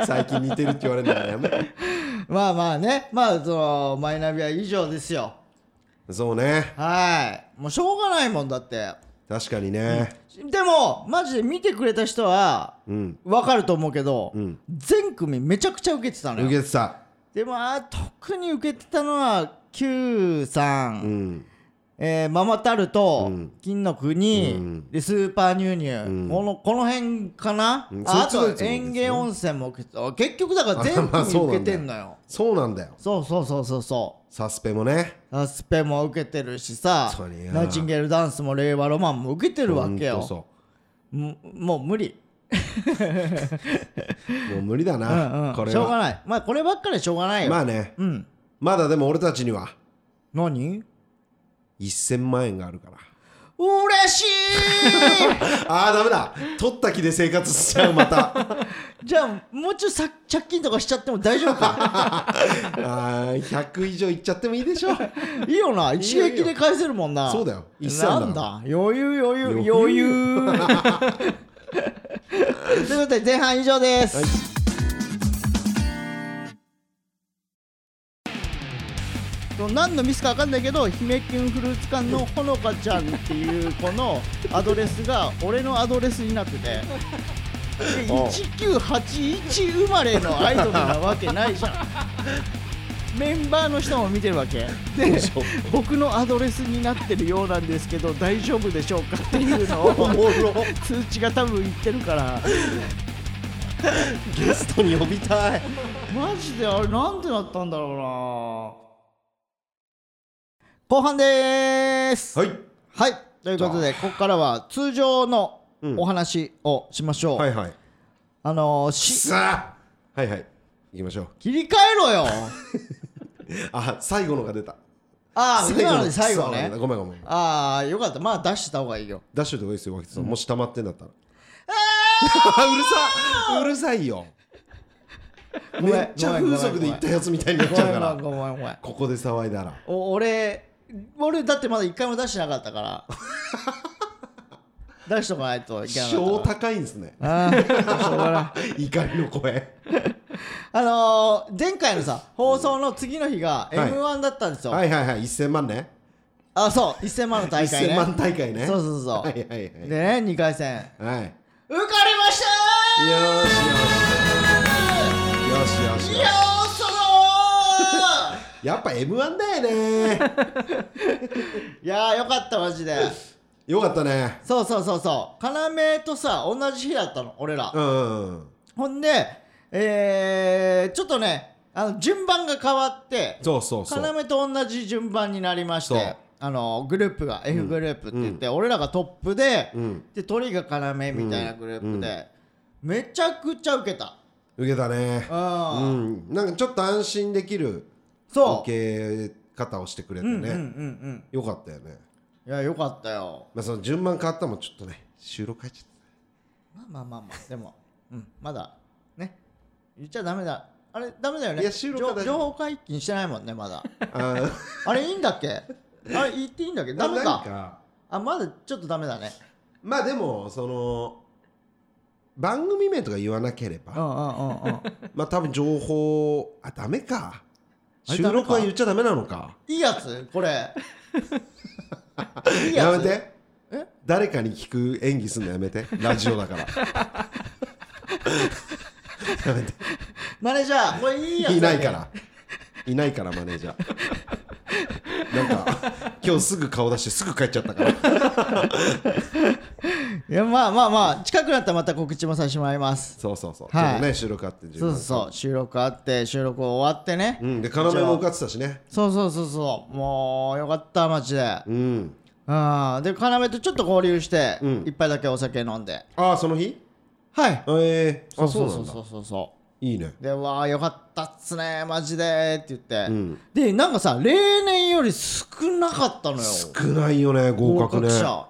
Speaker 1: 最近似てるって言われるんだからやめろ
Speaker 2: まあまあねまあそのマイナビは以上ですよ
Speaker 1: そうね
Speaker 2: はいもうしょうがないもんだって
Speaker 1: 確かにね
Speaker 2: でもマジで見てくれた人は
Speaker 1: うん、
Speaker 2: 分かると思うけど、
Speaker 1: うん
Speaker 2: 全組めちゃくちゃ受けてたのよ
Speaker 1: 受けてた
Speaker 2: でもあー特に受けてたのは Q さん、
Speaker 1: うん
Speaker 2: えーママタルト、
Speaker 1: うん
Speaker 2: 金の国、
Speaker 1: うん
Speaker 2: でスーパーニューニュー、
Speaker 1: うん
Speaker 2: このこの辺かな、
Speaker 1: うん
Speaker 2: ああ
Speaker 1: そいつがいつも
Speaker 2: と
Speaker 1: ですね
Speaker 2: 園芸温泉も受けあ結局だから全
Speaker 1: あまあ
Speaker 2: 部
Speaker 1: そう
Speaker 2: 受
Speaker 1: な
Speaker 2: け
Speaker 1: んだよ
Speaker 2: てんのよ
Speaker 1: そうなんだよ
Speaker 2: そうそうそうそうそう
Speaker 1: サスペもね
Speaker 2: サスペも受けてるしさ
Speaker 1: そうね
Speaker 2: ナイチンゲールダンスも令和ロマンも受けてるわけ
Speaker 1: ほん
Speaker 2: よ
Speaker 1: とそ
Speaker 2: ももう無
Speaker 1: う
Speaker 2: 理、
Speaker 1: もう無理だ
Speaker 2: う
Speaker 1: な、
Speaker 2: んうん、
Speaker 1: これ
Speaker 2: しょうが
Speaker 1: は
Speaker 2: ないまあこればっかりはしょうがないよ、
Speaker 1: まあね
Speaker 2: うん
Speaker 1: まだでも俺たちには
Speaker 2: 何
Speaker 1: 1000万円があるから
Speaker 2: 嬉しい
Speaker 1: あーダメだ取った気で生活しちゃうまたあ
Speaker 2: じゃあもうちょいさ借金とかしちゃっても大丈夫か
Speaker 1: ー100以上いっちゃってもいいでしょ
Speaker 2: いいよな一撃で返せるもんな
Speaker 1: そうだよ一切
Speaker 2: な
Speaker 1: だ
Speaker 2: んだ余裕余裕
Speaker 1: 余裕
Speaker 2: 余裕 ということで前半以上です、
Speaker 1: はい
Speaker 2: 何のミスか分かんないけど姫きんフルーツ館のほのかちゃんっていう子のアドレスが俺のアドレスになっててで
Speaker 1: おう
Speaker 2: 1981生まれのアイドルなわけないじゃんメンバーの人も見てるわ けで僕のアドレスになってるようなんですけど大丈夫でしょうか っていうのを通知が多分言ってるから
Speaker 1: ゲストに呼びたい
Speaker 2: マジであれなんでなったんだろうな後半でーす
Speaker 1: はい
Speaker 2: はいということでここからは通常の
Speaker 1: うん
Speaker 2: お話をしましょう、
Speaker 1: はいはい
Speaker 2: あのー、し
Speaker 1: さあはいはい行きましょう
Speaker 2: 切り替えろ よ
Speaker 1: あ最後のが出た
Speaker 2: ああ今ので最後
Speaker 1: そうな
Speaker 2: ね
Speaker 1: んだごめんごめん
Speaker 2: ああよかったまあ出してた方がいいよ
Speaker 1: 出しといた方がいいですよ脇田さんもし溜まってんだったら うるさいうるさいよ
Speaker 2: ご
Speaker 1: め
Speaker 2: めん
Speaker 1: っちゃ風俗で行ったやつみたいになっちゃうから
Speaker 2: ごめんごめんごめん
Speaker 1: ここで騒いだら
Speaker 2: お俺俺だってまだ一回も出してなかっ たから出しとかないといけなか
Speaker 1: 超
Speaker 2: ったから
Speaker 1: 高いんですね
Speaker 2: あーしょうがな い
Speaker 1: 怒りの声
Speaker 2: あのー、前回のさ放送の次の日が
Speaker 1: い
Speaker 2: m 1だったんですよ、
Speaker 1: はいはいはい1000万ね
Speaker 2: あそう1000万の大会ね
Speaker 1: 1000万大会ね
Speaker 2: そうそうそう、
Speaker 1: はいはいはい
Speaker 2: でね2回戦
Speaker 1: はい
Speaker 2: 受かりました
Speaker 1: よしよしよしよしよ
Speaker 2: ーいやーその
Speaker 1: しやっぱ m 1だよ ね
Speaker 2: ーいやーよかったマジで
Speaker 1: よかったね
Speaker 2: そうそうそうそう要とさ同じ日だったの俺ら、
Speaker 1: うん
Speaker 2: ほんでえー、ちょっとねあの順番が変わって
Speaker 1: そうそうそう
Speaker 2: 要と同じ順番になりまし
Speaker 1: そ
Speaker 2: て
Speaker 1: う
Speaker 2: あのグループが F グループって言って、俺らがトップで、
Speaker 1: うん
Speaker 2: で鳥が要みたいなグループで、めちゃくちゃ受けた
Speaker 1: 受けたねう
Speaker 2: うん、
Speaker 1: んなんかちょっと安心できる
Speaker 2: そ
Speaker 1: 受
Speaker 2: う、
Speaker 1: け方をしてくれて
Speaker 2: うんうんうんう
Speaker 1: ね
Speaker 2: ん
Speaker 1: よかったよね
Speaker 2: いやよかったよ
Speaker 1: まあその順番変わったのもちょっとね収録入っちゃっ
Speaker 2: まあまあまあまあでも、うん、まだね言っちゃダメだあれダメだよね
Speaker 1: いや収録は大丈夫
Speaker 2: 情情報解禁してないもんねまだ
Speaker 1: たあー
Speaker 2: あれいいんだっけあれ言っていいんだっ けダメ
Speaker 1: なん
Speaker 2: か
Speaker 1: か
Speaker 2: あまだちょっとダメだね
Speaker 1: まあでもその番組名とか言わなけれ
Speaker 2: うんう
Speaker 1: ば
Speaker 2: んうんうん
Speaker 1: まあ多分情報あダメか
Speaker 2: あれ
Speaker 1: 収
Speaker 2: ダメか
Speaker 1: 録は言っちゃダメなのか
Speaker 2: いいやつ これいいや
Speaker 1: や
Speaker 2: つ
Speaker 1: めて
Speaker 2: え
Speaker 1: 誰かに聞く演技すんのやめ てラジオだからやめて
Speaker 2: マネージャーこれいいやつ
Speaker 1: い
Speaker 2: だ
Speaker 1: な
Speaker 2: ね
Speaker 1: いからいないからマネージャーなんか今日すぐ顔出してすぐ帰っちゃったから
Speaker 2: いやまあまあまあ近くなったらまた告知もさせてもらいます
Speaker 1: そうそうそう、
Speaker 2: はい
Speaker 1: ちょっとね収録あって自
Speaker 2: そう
Speaker 1: 分
Speaker 2: そうそう収録あって収録終わってね、
Speaker 1: うんで要も受かってたしね
Speaker 2: そうそうそうそうもうよかったマジで、
Speaker 1: うん
Speaker 2: ああで要とちょっと交流して、
Speaker 1: うん
Speaker 2: 一杯だけお酒飲んで
Speaker 1: ああその日
Speaker 2: はい
Speaker 1: えー、あ
Speaker 2: そ
Speaker 1: そううなん
Speaker 2: そう
Speaker 1: だ
Speaker 2: そうそうそ
Speaker 1: いいね
Speaker 2: うでうわあよかったっすねマジでって言って、
Speaker 1: うん
Speaker 2: でなんかさ例年より少なかったのよ
Speaker 1: 少ないよね合格ね
Speaker 2: 者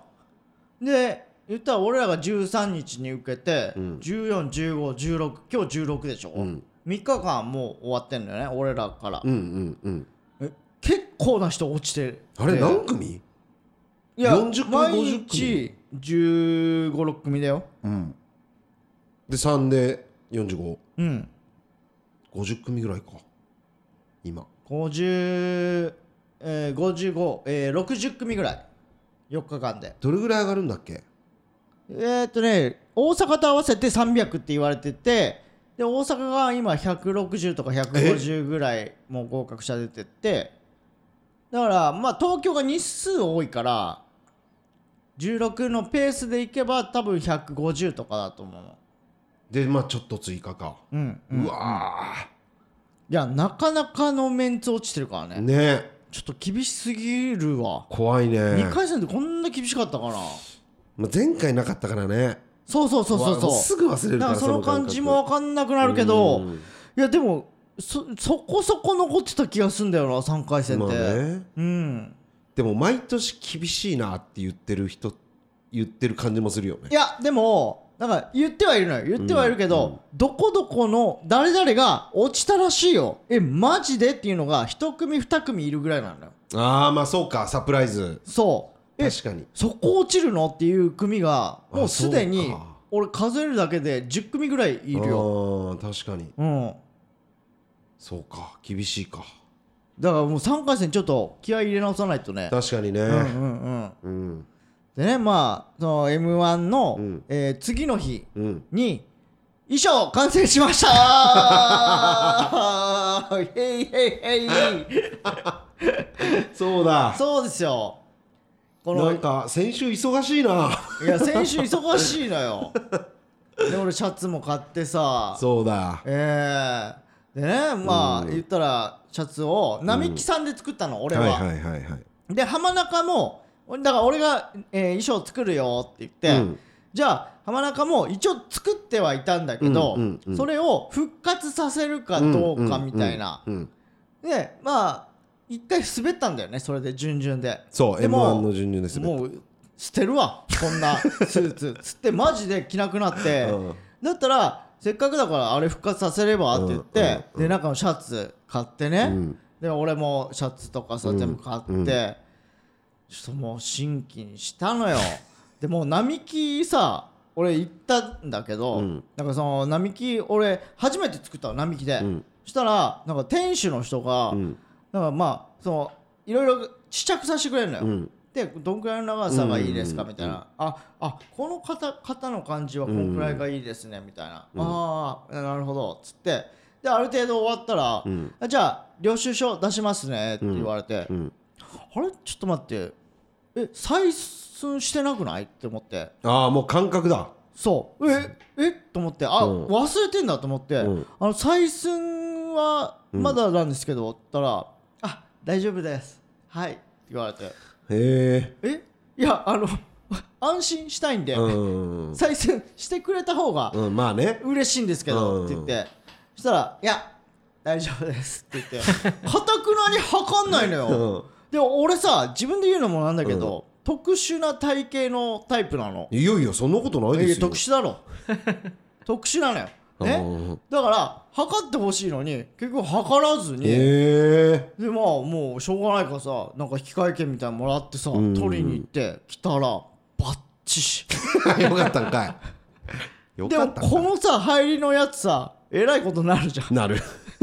Speaker 2: で言ったら俺らが13日に受けて、141516今日16でしょ、
Speaker 1: ん
Speaker 2: 3日間もう終わってんだよね俺らから、
Speaker 1: うんうんうん
Speaker 2: え結構な人落ちてる
Speaker 1: あれ何組
Speaker 2: いや
Speaker 1: 40組50
Speaker 2: 毎
Speaker 1: 組
Speaker 2: 日1 5 6組だよ
Speaker 1: うんで3で4550
Speaker 2: うん
Speaker 1: 組ぐらいか今
Speaker 2: 50えー、55、えー、60組ぐらい4日間で
Speaker 1: どれぐらい上がるんだっけ
Speaker 2: えー、っとね大阪と合わせて300って言われててで大阪が今160とか150ぐらいもう合格者出てってだからまあ東京が日数多いから16のペースでいけば多分150とかだと思うの
Speaker 1: でまあちょっと追加か、
Speaker 2: うん、
Speaker 1: うわ
Speaker 2: いやなかなかのメンツ落ちてるからね
Speaker 1: ーね
Speaker 2: ちょっと厳しすぎるわ、
Speaker 1: 怖いね
Speaker 2: 二2回戦でこんな厳しかったかな
Speaker 1: まあ、前回なかったからね
Speaker 2: そうそうそうそう
Speaker 1: わも
Speaker 2: そ
Speaker 1: すぐ忘れ
Speaker 2: う
Speaker 1: るか
Speaker 2: なん
Speaker 1: ら
Speaker 2: かその感じも分かんなく
Speaker 1: あ
Speaker 2: なるけどいやでもそそこそこ残ってた気がすんだよな3回戦
Speaker 1: ま
Speaker 2: っ
Speaker 1: あ
Speaker 2: て、
Speaker 1: ね
Speaker 2: うん
Speaker 1: でも毎年厳しいなって言ってる人言ってる感じもするよね
Speaker 2: いやでもなんか言ってはいるのよ言ってはいるけど、どこどこの誰々が落ちたらしいよえマジでっていうのが1組2組いるぐらいなんだよ
Speaker 1: ああまあそうかサプライズ
Speaker 2: そうえ
Speaker 1: 確かに
Speaker 2: そこ落ちるのっていう組がもう
Speaker 1: あそう
Speaker 2: す
Speaker 1: か
Speaker 2: でに俺数えるだけで10組ぐらいいるよ
Speaker 1: よ確かに
Speaker 2: うん
Speaker 1: そうか厳しいか
Speaker 2: だからもう3回戦ちょっと気合い入れ直さないとね
Speaker 1: 確かに
Speaker 2: うん
Speaker 1: ね
Speaker 2: うんうん
Speaker 1: うん
Speaker 2: でねまあその m 1の、
Speaker 1: うん
Speaker 2: えー次の日
Speaker 1: うん
Speaker 2: に衣装完成しました ーヘイヘイヘイ
Speaker 1: そうだ
Speaker 2: そうですよこ
Speaker 1: な
Speaker 2: の
Speaker 1: んか先週忙しいない
Speaker 2: や先週忙しいのよで俺シャツも買ってさ
Speaker 1: そうだ
Speaker 2: ええでねまあ、
Speaker 1: うん
Speaker 2: 言ったらシャツを並木さんで作ったの、俺は、
Speaker 1: はいはいはいはい
Speaker 2: で浜中もだから俺が、えー衣装作るよって言って、
Speaker 1: うん
Speaker 2: じゃあ浜中も一応作ってはいたんだけど、
Speaker 1: うんうんうん
Speaker 2: それを復活させるかどうかみたいな、
Speaker 1: うんうんうん
Speaker 2: でまあ一回滑ったんだよねそれで準々で
Speaker 1: そう
Speaker 2: で
Speaker 1: m
Speaker 2: も
Speaker 1: 1の順々ですね
Speaker 2: もう捨てるわこ んなスーツつってマジで着なくなって、
Speaker 1: うん
Speaker 2: だったらせっかくだからあれ復活させればって言って、
Speaker 1: うんうんうん
Speaker 2: で中のシャツ買ってね、
Speaker 1: うん
Speaker 2: で俺もシャツとかさ
Speaker 1: うん
Speaker 2: 全部買って、
Speaker 1: うん
Speaker 2: ちょっともう新規にしたのよ でもう並木さ俺行ったんだけど、
Speaker 1: うん
Speaker 2: なんかその並木俺初めて作ったの並木で、
Speaker 1: うん
Speaker 2: そしたらなんか店主の人が、
Speaker 1: うん
Speaker 2: なんかまあそのいろいろ試着させてくれるのよ、
Speaker 1: うん
Speaker 2: でどんくらいの長さがいいですか
Speaker 1: うんうんうん
Speaker 2: みたいな、ああこの肩肩の感じはこのくらいがいいですねみたいな、
Speaker 1: うん
Speaker 2: ああなるほどっつってである程度終わったら、
Speaker 1: うん
Speaker 2: あじゃあ領収書出しますねって言われて、
Speaker 1: うん
Speaker 2: あれちょっと待ってえ採寸してなくないって思って
Speaker 1: ああもう感覚だ
Speaker 2: そうええと思ってあ、
Speaker 1: うん
Speaker 2: 忘れてんだと思って、
Speaker 1: うん
Speaker 2: あの採寸はまだなんですけど、ったらあ大丈夫ですはいって言われて
Speaker 1: へ
Speaker 2: えいやあの 安心したいんで、
Speaker 1: えうん
Speaker 2: 再生してくれた方が
Speaker 1: うんまあね
Speaker 2: 嬉しいんですけど、って言ってそしたら「いや大丈夫です」って言ってかたくなに測んないの
Speaker 1: う
Speaker 2: よ、
Speaker 1: ん
Speaker 2: でも俺さ自分で言うのもなんだけど、特殊な体型のタイプなの
Speaker 1: いやいやそんなことない
Speaker 2: い
Speaker 1: で
Speaker 2: や
Speaker 1: すよ
Speaker 2: 特殊 だろ特殊なのよ
Speaker 1: う
Speaker 2: ね
Speaker 1: んうんうん
Speaker 2: だから測ってほしいのに結局測らずに、
Speaker 1: へえ
Speaker 2: でまあもうしょうがないからさなんか引き換え券みたいなのもらってさ
Speaker 1: ん
Speaker 2: 取りに行って来たらバッチシ
Speaker 1: よかったんかいよ
Speaker 2: で
Speaker 1: か
Speaker 2: も
Speaker 1: ったん
Speaker 2: こ
Speaker 1: か
Speaker 2: のさ入りのやつさえらいことになるじゃん
Speaker 1: なる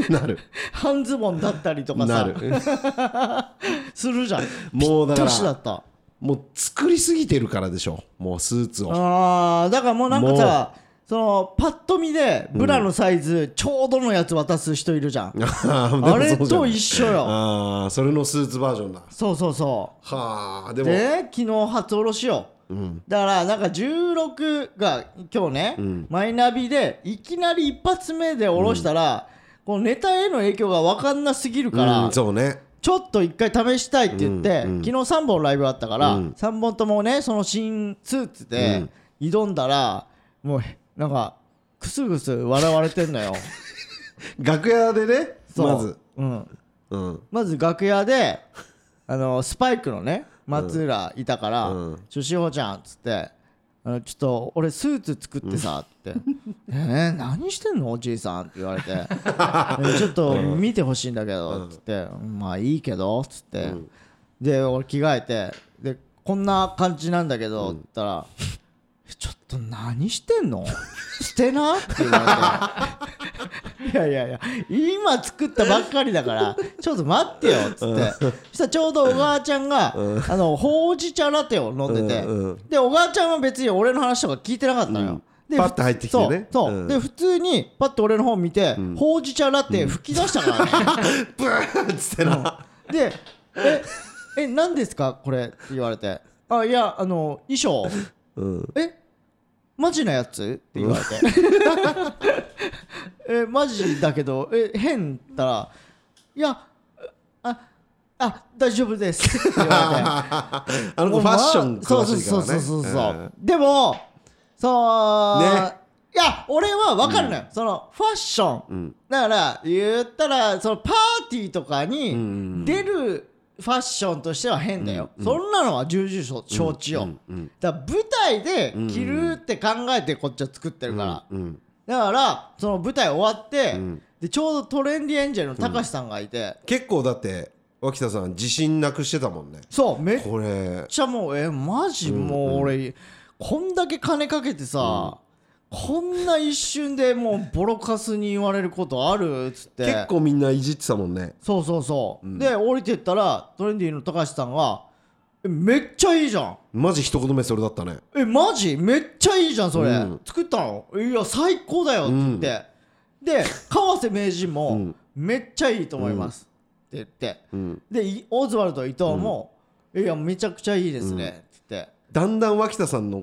Speaker 1: なる
Speaker 2: 半ズボンだったりとか
Speaker 1: な
Speaker 2: さ
Speaker 1: る
Speaker 2: するじゃん
Speaker 1: もうだか
Speaker 2: 年だ
Speaker 1: ら
Speaker 2: った
Speaker 1: もう作りすぎてるからでしょもうスーツを
Speaker 2: あーだからもうなんかさそのパッと見でブラのサイズちょうどのやつ渡す人いるじゃん、あ
Speaker 1: あ
Speaker 2: れと一緒よ
Speaker 1: ああそれのスーツバージョンだ
Speaker 2: そうそうそ
Speaker 1: はあで
Speaker 2: う
Speaker 1: も
Speaker 2: で昨日初おろしよ
Speaker 1: うん
Speaker 2: だからなんか16が今日ね、
Speaker 1: うん
Speaker 2: マイナビでいきなり一発目で下ろしたら、このネタへの影響が分かんなすぎるから、
Speaker 1: うんそうね
Speaker 2: ちょっと一回試したいって言って、
Speaker 1: うんうん
Speaker 2: 昨日3本ライブあったから、
Speaker 1: うん
Speaker 2: 3本ともねその新スーツで挑んだら、もうなんかクスクス笑われてん のよ
Speaker 1: 楽屋でね
Speaker 2: そう
Speaker 1: まず、
Speaker 2: うん、
Speaker 1: うん
Speaker 2: まず楽屋であのスパイクのね松浦いたから
Speaker 1: うん
Speaker 2: 「ちょ志保ちゃん」っつって「あのちょっと俺スーツ作って さ」って「えー、何してんのおじいさん」って言われてえー「ちょっと見てほしいんだけど」っつって「まあいいけど」っつって、で俺着替えてでこんな感じなんだけど、って言ったら「ちょっと何して んの捨てな」って言われて「いやいやいや今作ったばっかりだからちょっと待ってよ」っつってそしたらちょうど小川ちゃんが、あのほうじ茶ラテを飲んでて、
Speaker 1: うんう
Speaker 2: で小川ちゃんは別に俺の話とか聞いてなかったのよ。で
Speaker 1: パッと入ってきてね
Speaker 2: そうそう、
Speaker 1: うん
Speaker 2: で普通にパッと俺の方見て、ほうじ茶ラテ吹き出したからね、
Speaker 1: ブーンっつってな
Speaker 2: でえ 何ですかこれって言われてあいやあの衣装
Speaker 1: うん
Speaker 2: えマジなやつって言われて えマジだけどえ変ったらいやああ大丈夫ですって言われて
Speaker 1: あの 子ファッション詳しいからね
Speaker 2: そうそうそうそうそう、
Speaker 1: ん
Speaker 2: でもそう、
Speaker 1: ね
Speaker 2: いや俺は分かるのよ、そのファッション、
Speaker 1: うん
Speaker 2: だから言ったらそのパーティーとか
Speaker 1: ん
Speaker 2: に出るファッションとしては変だよ、そんなのは重々承知よ、
Speaker 1: うんうん
Speaker 2: だから舞台で着るって考えてこっちは作ってるから、
Speaker 1: うん
Speaker 2: だからその舞台終わって、
Speaker 1: ん
Speaker 2: でちょうどトレンディエンジェルのたかしさんがいて、
Speaker 1: 結構だって脇田さん自信なくしてたもんね
Speaker 2: そうめっ
Speaker 1: これ
Speaker 2: ちゃもうえマジもう俺、こんだけ金かけてさ、こんな一瞬でもうボロカスに言われることあるっつって
Speaker 1: 結構みんないじってたもんね
Speaker 2: そうそうそう、で降りてったらトレンディーの高橋さんが「えめっちゃいいじゃん
Speaker 1: マジ一言目それだったね
Speaker 2: えマジめっちゃいいじゃんそれ、
Speaker 1: うん
Speaker 2: 作ったのいや最高だよ」って言って、で川瀬名人も、
Speaker 1: うん
Speaker 2: めっちゃいいと思います」って言って
Speaker 1: うん
Speaker 2: でいオズワルド伊藤も「いやめちゃくちゃいいですね」って言って
Speaker 1: だんだん脇田さんの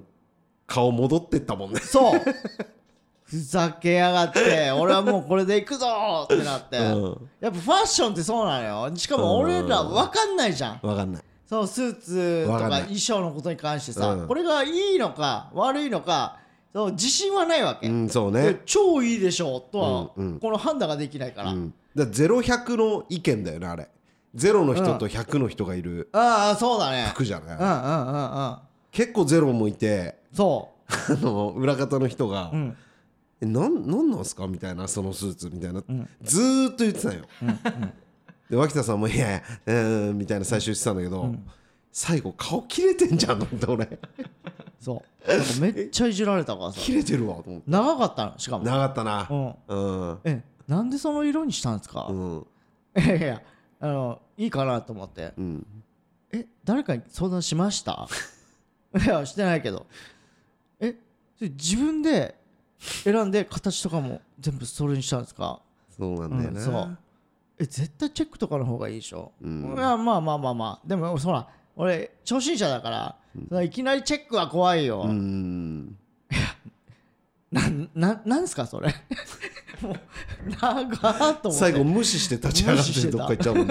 Speaker 1: 顔戻ってったもんね
Speaker 2: そう ふざけやがって俺はもうこれでいくぞってなって、
Speaker 1: うん
Speaker 2: やっぱファッションってそうなのよしかも俺ら分かんないじゃん
Speaker 1: 分かんない
Speaker 2: そのスーツと
Speaker 1: わか
Speaker 2: か
Speaker 1: んない
Speaker 2: 衣装のことに関してさ、
Speaker 1: うん
Speaker 2: これがいいのか悪いのかそう自信はないわけ、
Speaker 1: うんそう
Speaker 2: で
Speaker 1: ね
Speaker 2: 超いいでしょうとは、
Speaker 1: うんうん
Speaker 2: この判断ができないから、
Speaker 1: うんだから0100の意見だよねあれ0の人と100の人がいる
Speaker 2: ああそう だね
Speaker 1: 服じゃ
Speaker 2: うんうん
Speaker 1: ない
Speaker 2: うんうん
Speaker 1: 結構0もいて
Speaker 2: そ
Speaker 1: あの裏方の人が
Speaker 2: う、うん、
Speaker 1: 「えなんなんなんすか?」みたいなそのスーツみたいな、
Speaker 2: ん
Speaker 1: ずーっと言ってたよ、で脇田さんも「いやいやうーん」みたいな最初言ってたんだけど、最後顔切れてんじゃんと思って俺
Speaker 2: そうなんかめっちゃいじられたから さ
Speaker 1: 切れてるわと思って
Speaker 2: 長かったのしかも
Speaker 1: なかったな
Speaker 2: うん
Speaker 1: うん
Speaker 2: えなんでその色にしたんですか、
Speaker 1: うん
Speaker 2: いやいやあのいいかなと思って
Speaker 1: うん
Speaker 2: え誰かに相談しました いやしてないけどえそれ自分で選んで形とかも全部それにしたんですか、
Speaker 1: そうな
Speaker 2: うん
Speaker 1: だよ
Speaker 2: ん、
Speaker 1: な、
Speaker 2: そうえ絶対チェックとかの方がいいでしょ、
Speaker 1: うん
Speaker 2: いやまあまあまあまあでもほら俺初心者だから、そのいきなりチェックは怖いよ、
Speaker 1: うん
Speaker 2: なん ななんですかそれ もう長ーっと思って
Speaker 1: 最後無視して立ち上がってどっか行っちゃうもん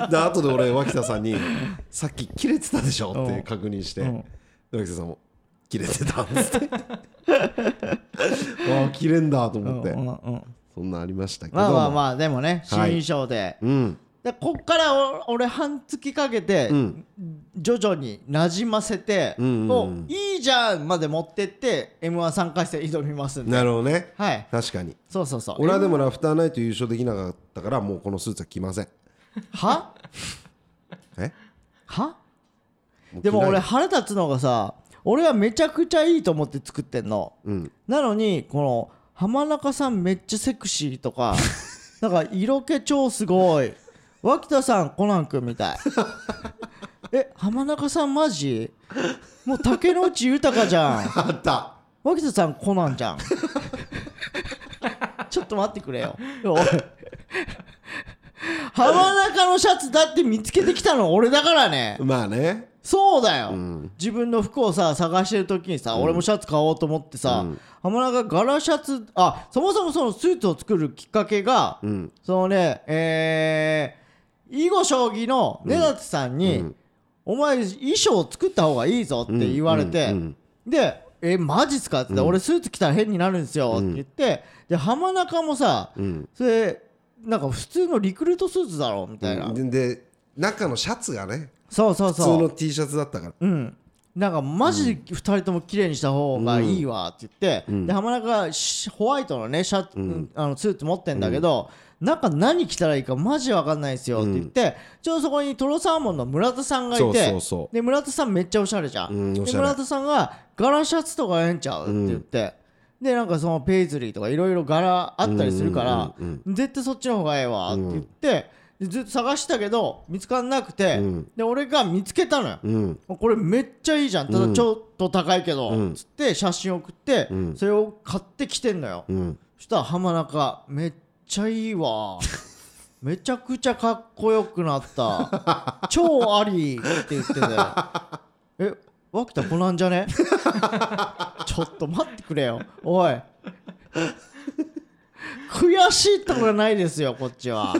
Speaker 1: ね で後で俺脇田さんに「さっき切れてたでしょ?」って確認して、
Speaker 2: うん
Speaker 1: 脇田さんも「切れてた」っつ ってああ切れんだと
Speaker 2: う
Speaker 1: 思
Speaker 2: ん
Speaker 1: っ
Speaker 2: う
Speaker 1: て、
Speaker 2: んうん
Speaker 1: そんなんありましたけども
Speaker 2: まあまあまあでもね新
Speaker 1: はい
Speaker 2: 衣装で、
Speaker 1: うん
Speaker 2: でこっからお俺半月かけて、
Speaker 1: うん
Speaker 2: 徐々になじませて、
Speaker 1: うんうんうん
Speaker 2: もういいじゃんまで持ってって m 1 3回戦挑みますんで
Speaker 1: なるほどね
Speaker 2: はい
Speaker 1: 確かに
Speaker 2: そうそうそう
Speaker 1: 俺はで
Speaker 2: も
Speaker 1: もラフターナイト優勝できなかったからもうこのスーツは着ません
Speaker 2: は
Speaker 1: え
Speaker 2: は
Speaker 1: う着ない
Speaker 2: でも俺腹立つのがさ俺はめちゃくちゃいいと思って作ってんの
Speaker 1: うん
Speaker 2: なのにこの浜中さんめっちゃセクシー とかなんか色気超すごい脇田さんコナン君みたいえ浜中さんマジもう竹野内豊じゃん
Speaker 1: あった
Speaker 2: 脇田さんコナン じゃんちょっと待ってくれよおい浜中のシャツだって見つけてきたの俺だからね
Speaker 1: まあね
Speaker 2: そうだよ、
Speaker 1: ん
Speaker 2: 自分の服をさ探してる時にさ、俺もシャツ買おうと思ってさ、浜中柄シャツあそもそもそのスーツを作るきっかけが、
Speaker 1: うん
Speaker 2: そのねえー、囲碁将棋の根立さんに、お前衣装を作った方がいいぞ」って言われて、
Speaker 1: うんうん
Speaker 2: で「えマジっすか?」って、俺スーツ着たら変になるんですよ」って言ってで浜中もさ、
Speaker 1: うん
Speaker 2: それなんか普通のリクルートスーツだろみたいな、
Speaker 1: でで中のシャツがね
Speaker 2: そうそう
Speaker 1: 普
Speaker 2: そう
Speaker 1: 通の T シャツだったから
Speaker 2: うん、なんかマジで2人とも綺麗にした方がいいわって言って、で浜中がしホワイトのねシャツ、あのスーツ持ってんだけど、中何着たらいいかマジわかんないですよって言って、ちょうどそこにトロサーモンの村田さんがいて
Speaker 1: そうそうそう
Speaker 2: で村田さんめっちゃおしゃれじゃん、
Speaker 1: うんおし
Speaker 2: で
Speaker 1: ゃれ
Speaker 2: 村田さんが柄シャツとかええんちゃうって言って、でなんかそのペイズリーとかいろいろ柄あったりするから、
Speaker 1: うんうん
Speaker 2: 絶対そっちの方がええわって言って、でずっと探してたけど見つからなくて、
Speaker 1: うん
Speaker 2: で俺が見つけたのよ、
Speaker 1: うん
Speaker 2: これめっちゃいいじゃんただちょっと高いけど、
Speaker 1: うん
Speaker 2: つって写真送って、
Speaker 1: うん
Speaker 2: それを買ってきてんのよ、
Speaker 1: うん
Speaker 2: そしたら浜中めっちゃいいわめちゃくちゃかっこよくなった。超ありって言ってて。 え、脇田コナンじゃね ちょっと待ってくれよ。おい。悔しいところないですよ、こっ ちは。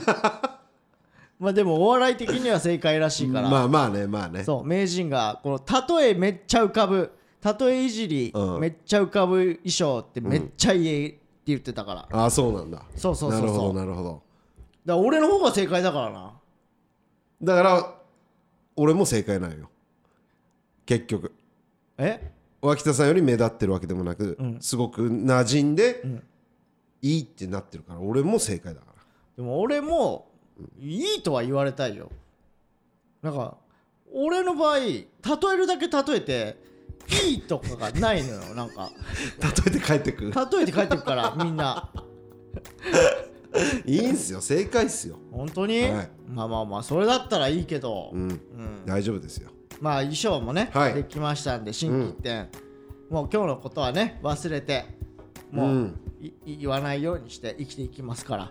Speaker 2: まあでもお笑い的には正解らしいから。
Speaker 1: まあまあねまあね
Speaker 2: そう名人がこの例えめっちゃ浮かぶ例えいじり、
Speaker 1: うん
Speaker 2: めっちゃ浮かぶ衣装ってめっちゃいいって言ってたから、だか
Speaker 1: ああそうなんだ
Speaker 2: そうそうそうそう
Speaker 1: なるほどなるほど
Speaker 2: ら俺の方が正解だからな
Speaker 1: だから俺も正解なんよ結局
Speaker 2: え
Speaker 1: 脇田さんより目立ってるわけでもなく、すごく馴染んで、いいってなってるから俺も正解だ から
Speaker 2: でも俺もいいとは言われたいよなんか俺の場合例えるだけ例えていいとかがないのよなんか
Speaker 1: 例えて帰ってく
Speaker 2: 例えて帰ってくからみんない
Speaker 1: いんすよ正解っすよ
Speaker 2: 本当に、
Speaker 1: はい
Speaker 2: まあまあまあそれだったらいいけど、
Speaker 1: うん、
Speaker 2: うん、
Speaker 1: 大丈夫ですよ
Speaker 2: まあ衣装もね、
Speaker 1: はい
Speaker 2: できましたんで新規一点、もう今日のことはね忘れてもう、
Speaker 1: うん
Speaker 2: いい言わないようにして生きていきますから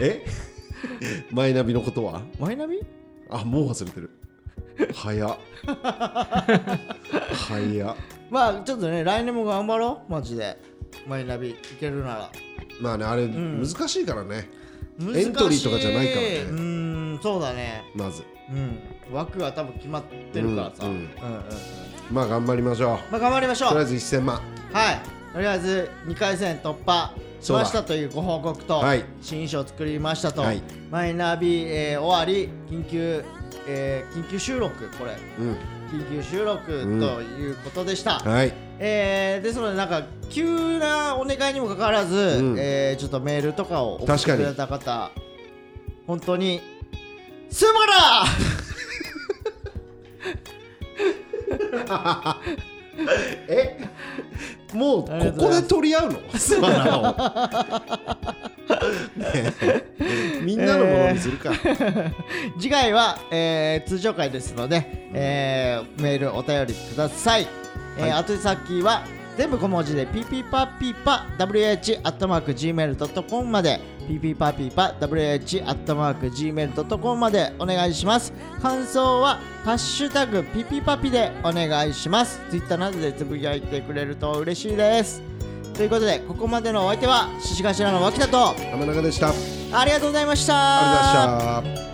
Speaker 1: え マイナビのことは
Speaker 2: マイナビ
Speaker 1: あもう忘れてる早っ 早っ
Speaker 2: まあちょっとね来年も頑張ろうマジでマイナビいけるなら
Speaker 1: まあねあれ
Speaker 2: ん
Speaker 1: 難しいからね、
Speaker 2: 難しい
Speaker 1: エントリーとかじゃないからね
Speaker 2: うーんそうだね
Speaker 1: まず
Speaker 2: うん枠は多分決まってるからさ、
Speaker 1: う
Speaker 2: うん
Speaker 1: う
Speaker 2: んうんんうん
Speaker 1: まあ頑張りましょ
Speaker 2: まあ頑張りましょ
Speaker 1: う
Speaker 2: う
Speaker 1: とりあえず1000万
Speaker 2: はいとりあえず2回戦突破しまし
Speaker 1: そう
Speaker 2: たというご報告と、
Speaker 1: はい
Speaker 2: 新衣装作りましたと、
Speaker 1: はい
Speaker 2: マイナビ、えー終わり緊急、えー緊急収録これ
Speaker 1: うん
Speaker 2: 緊急収録と
Speaker 1: ん
Speaker 2: いうことでした、
Speaker 1: はい
Speaker 2: えーですのでなんか急なお願いにもかかわらず、
Speaker 1: うん
Speaker 2: えーちょっとメールとかを送って
Speaker 1: 確か
Speaker 2: く
Speaker 1: に
Speaker 2: れた方本当にすまら
Speaker 1: えもうこ
Speaker 2: ありがとうご
Speaker 1: こ
Speaker 2: ざいま
Speaker 1: です取り合うのスマナを ねえみんなのものにするか、
Speaker 2: 次回は、えー通常回ですので、えーメールお便りください、えー
Speaker 1: は
Speaker 2: 宛先は全部小文字で p p パピーパ wh.gmail.com まで p p パピーパ wh.gmail.com までお願いします感想は「ハッシュタグピピパピ」でお願いしますツイッターなどでつぶやいてくれると嬉しいですということでここまでのお相手は獅子頭の脇田と
Speaker 1: 浜中でしたありがとう
Speaker 2: ありがとうございました
Speaker 1: ございました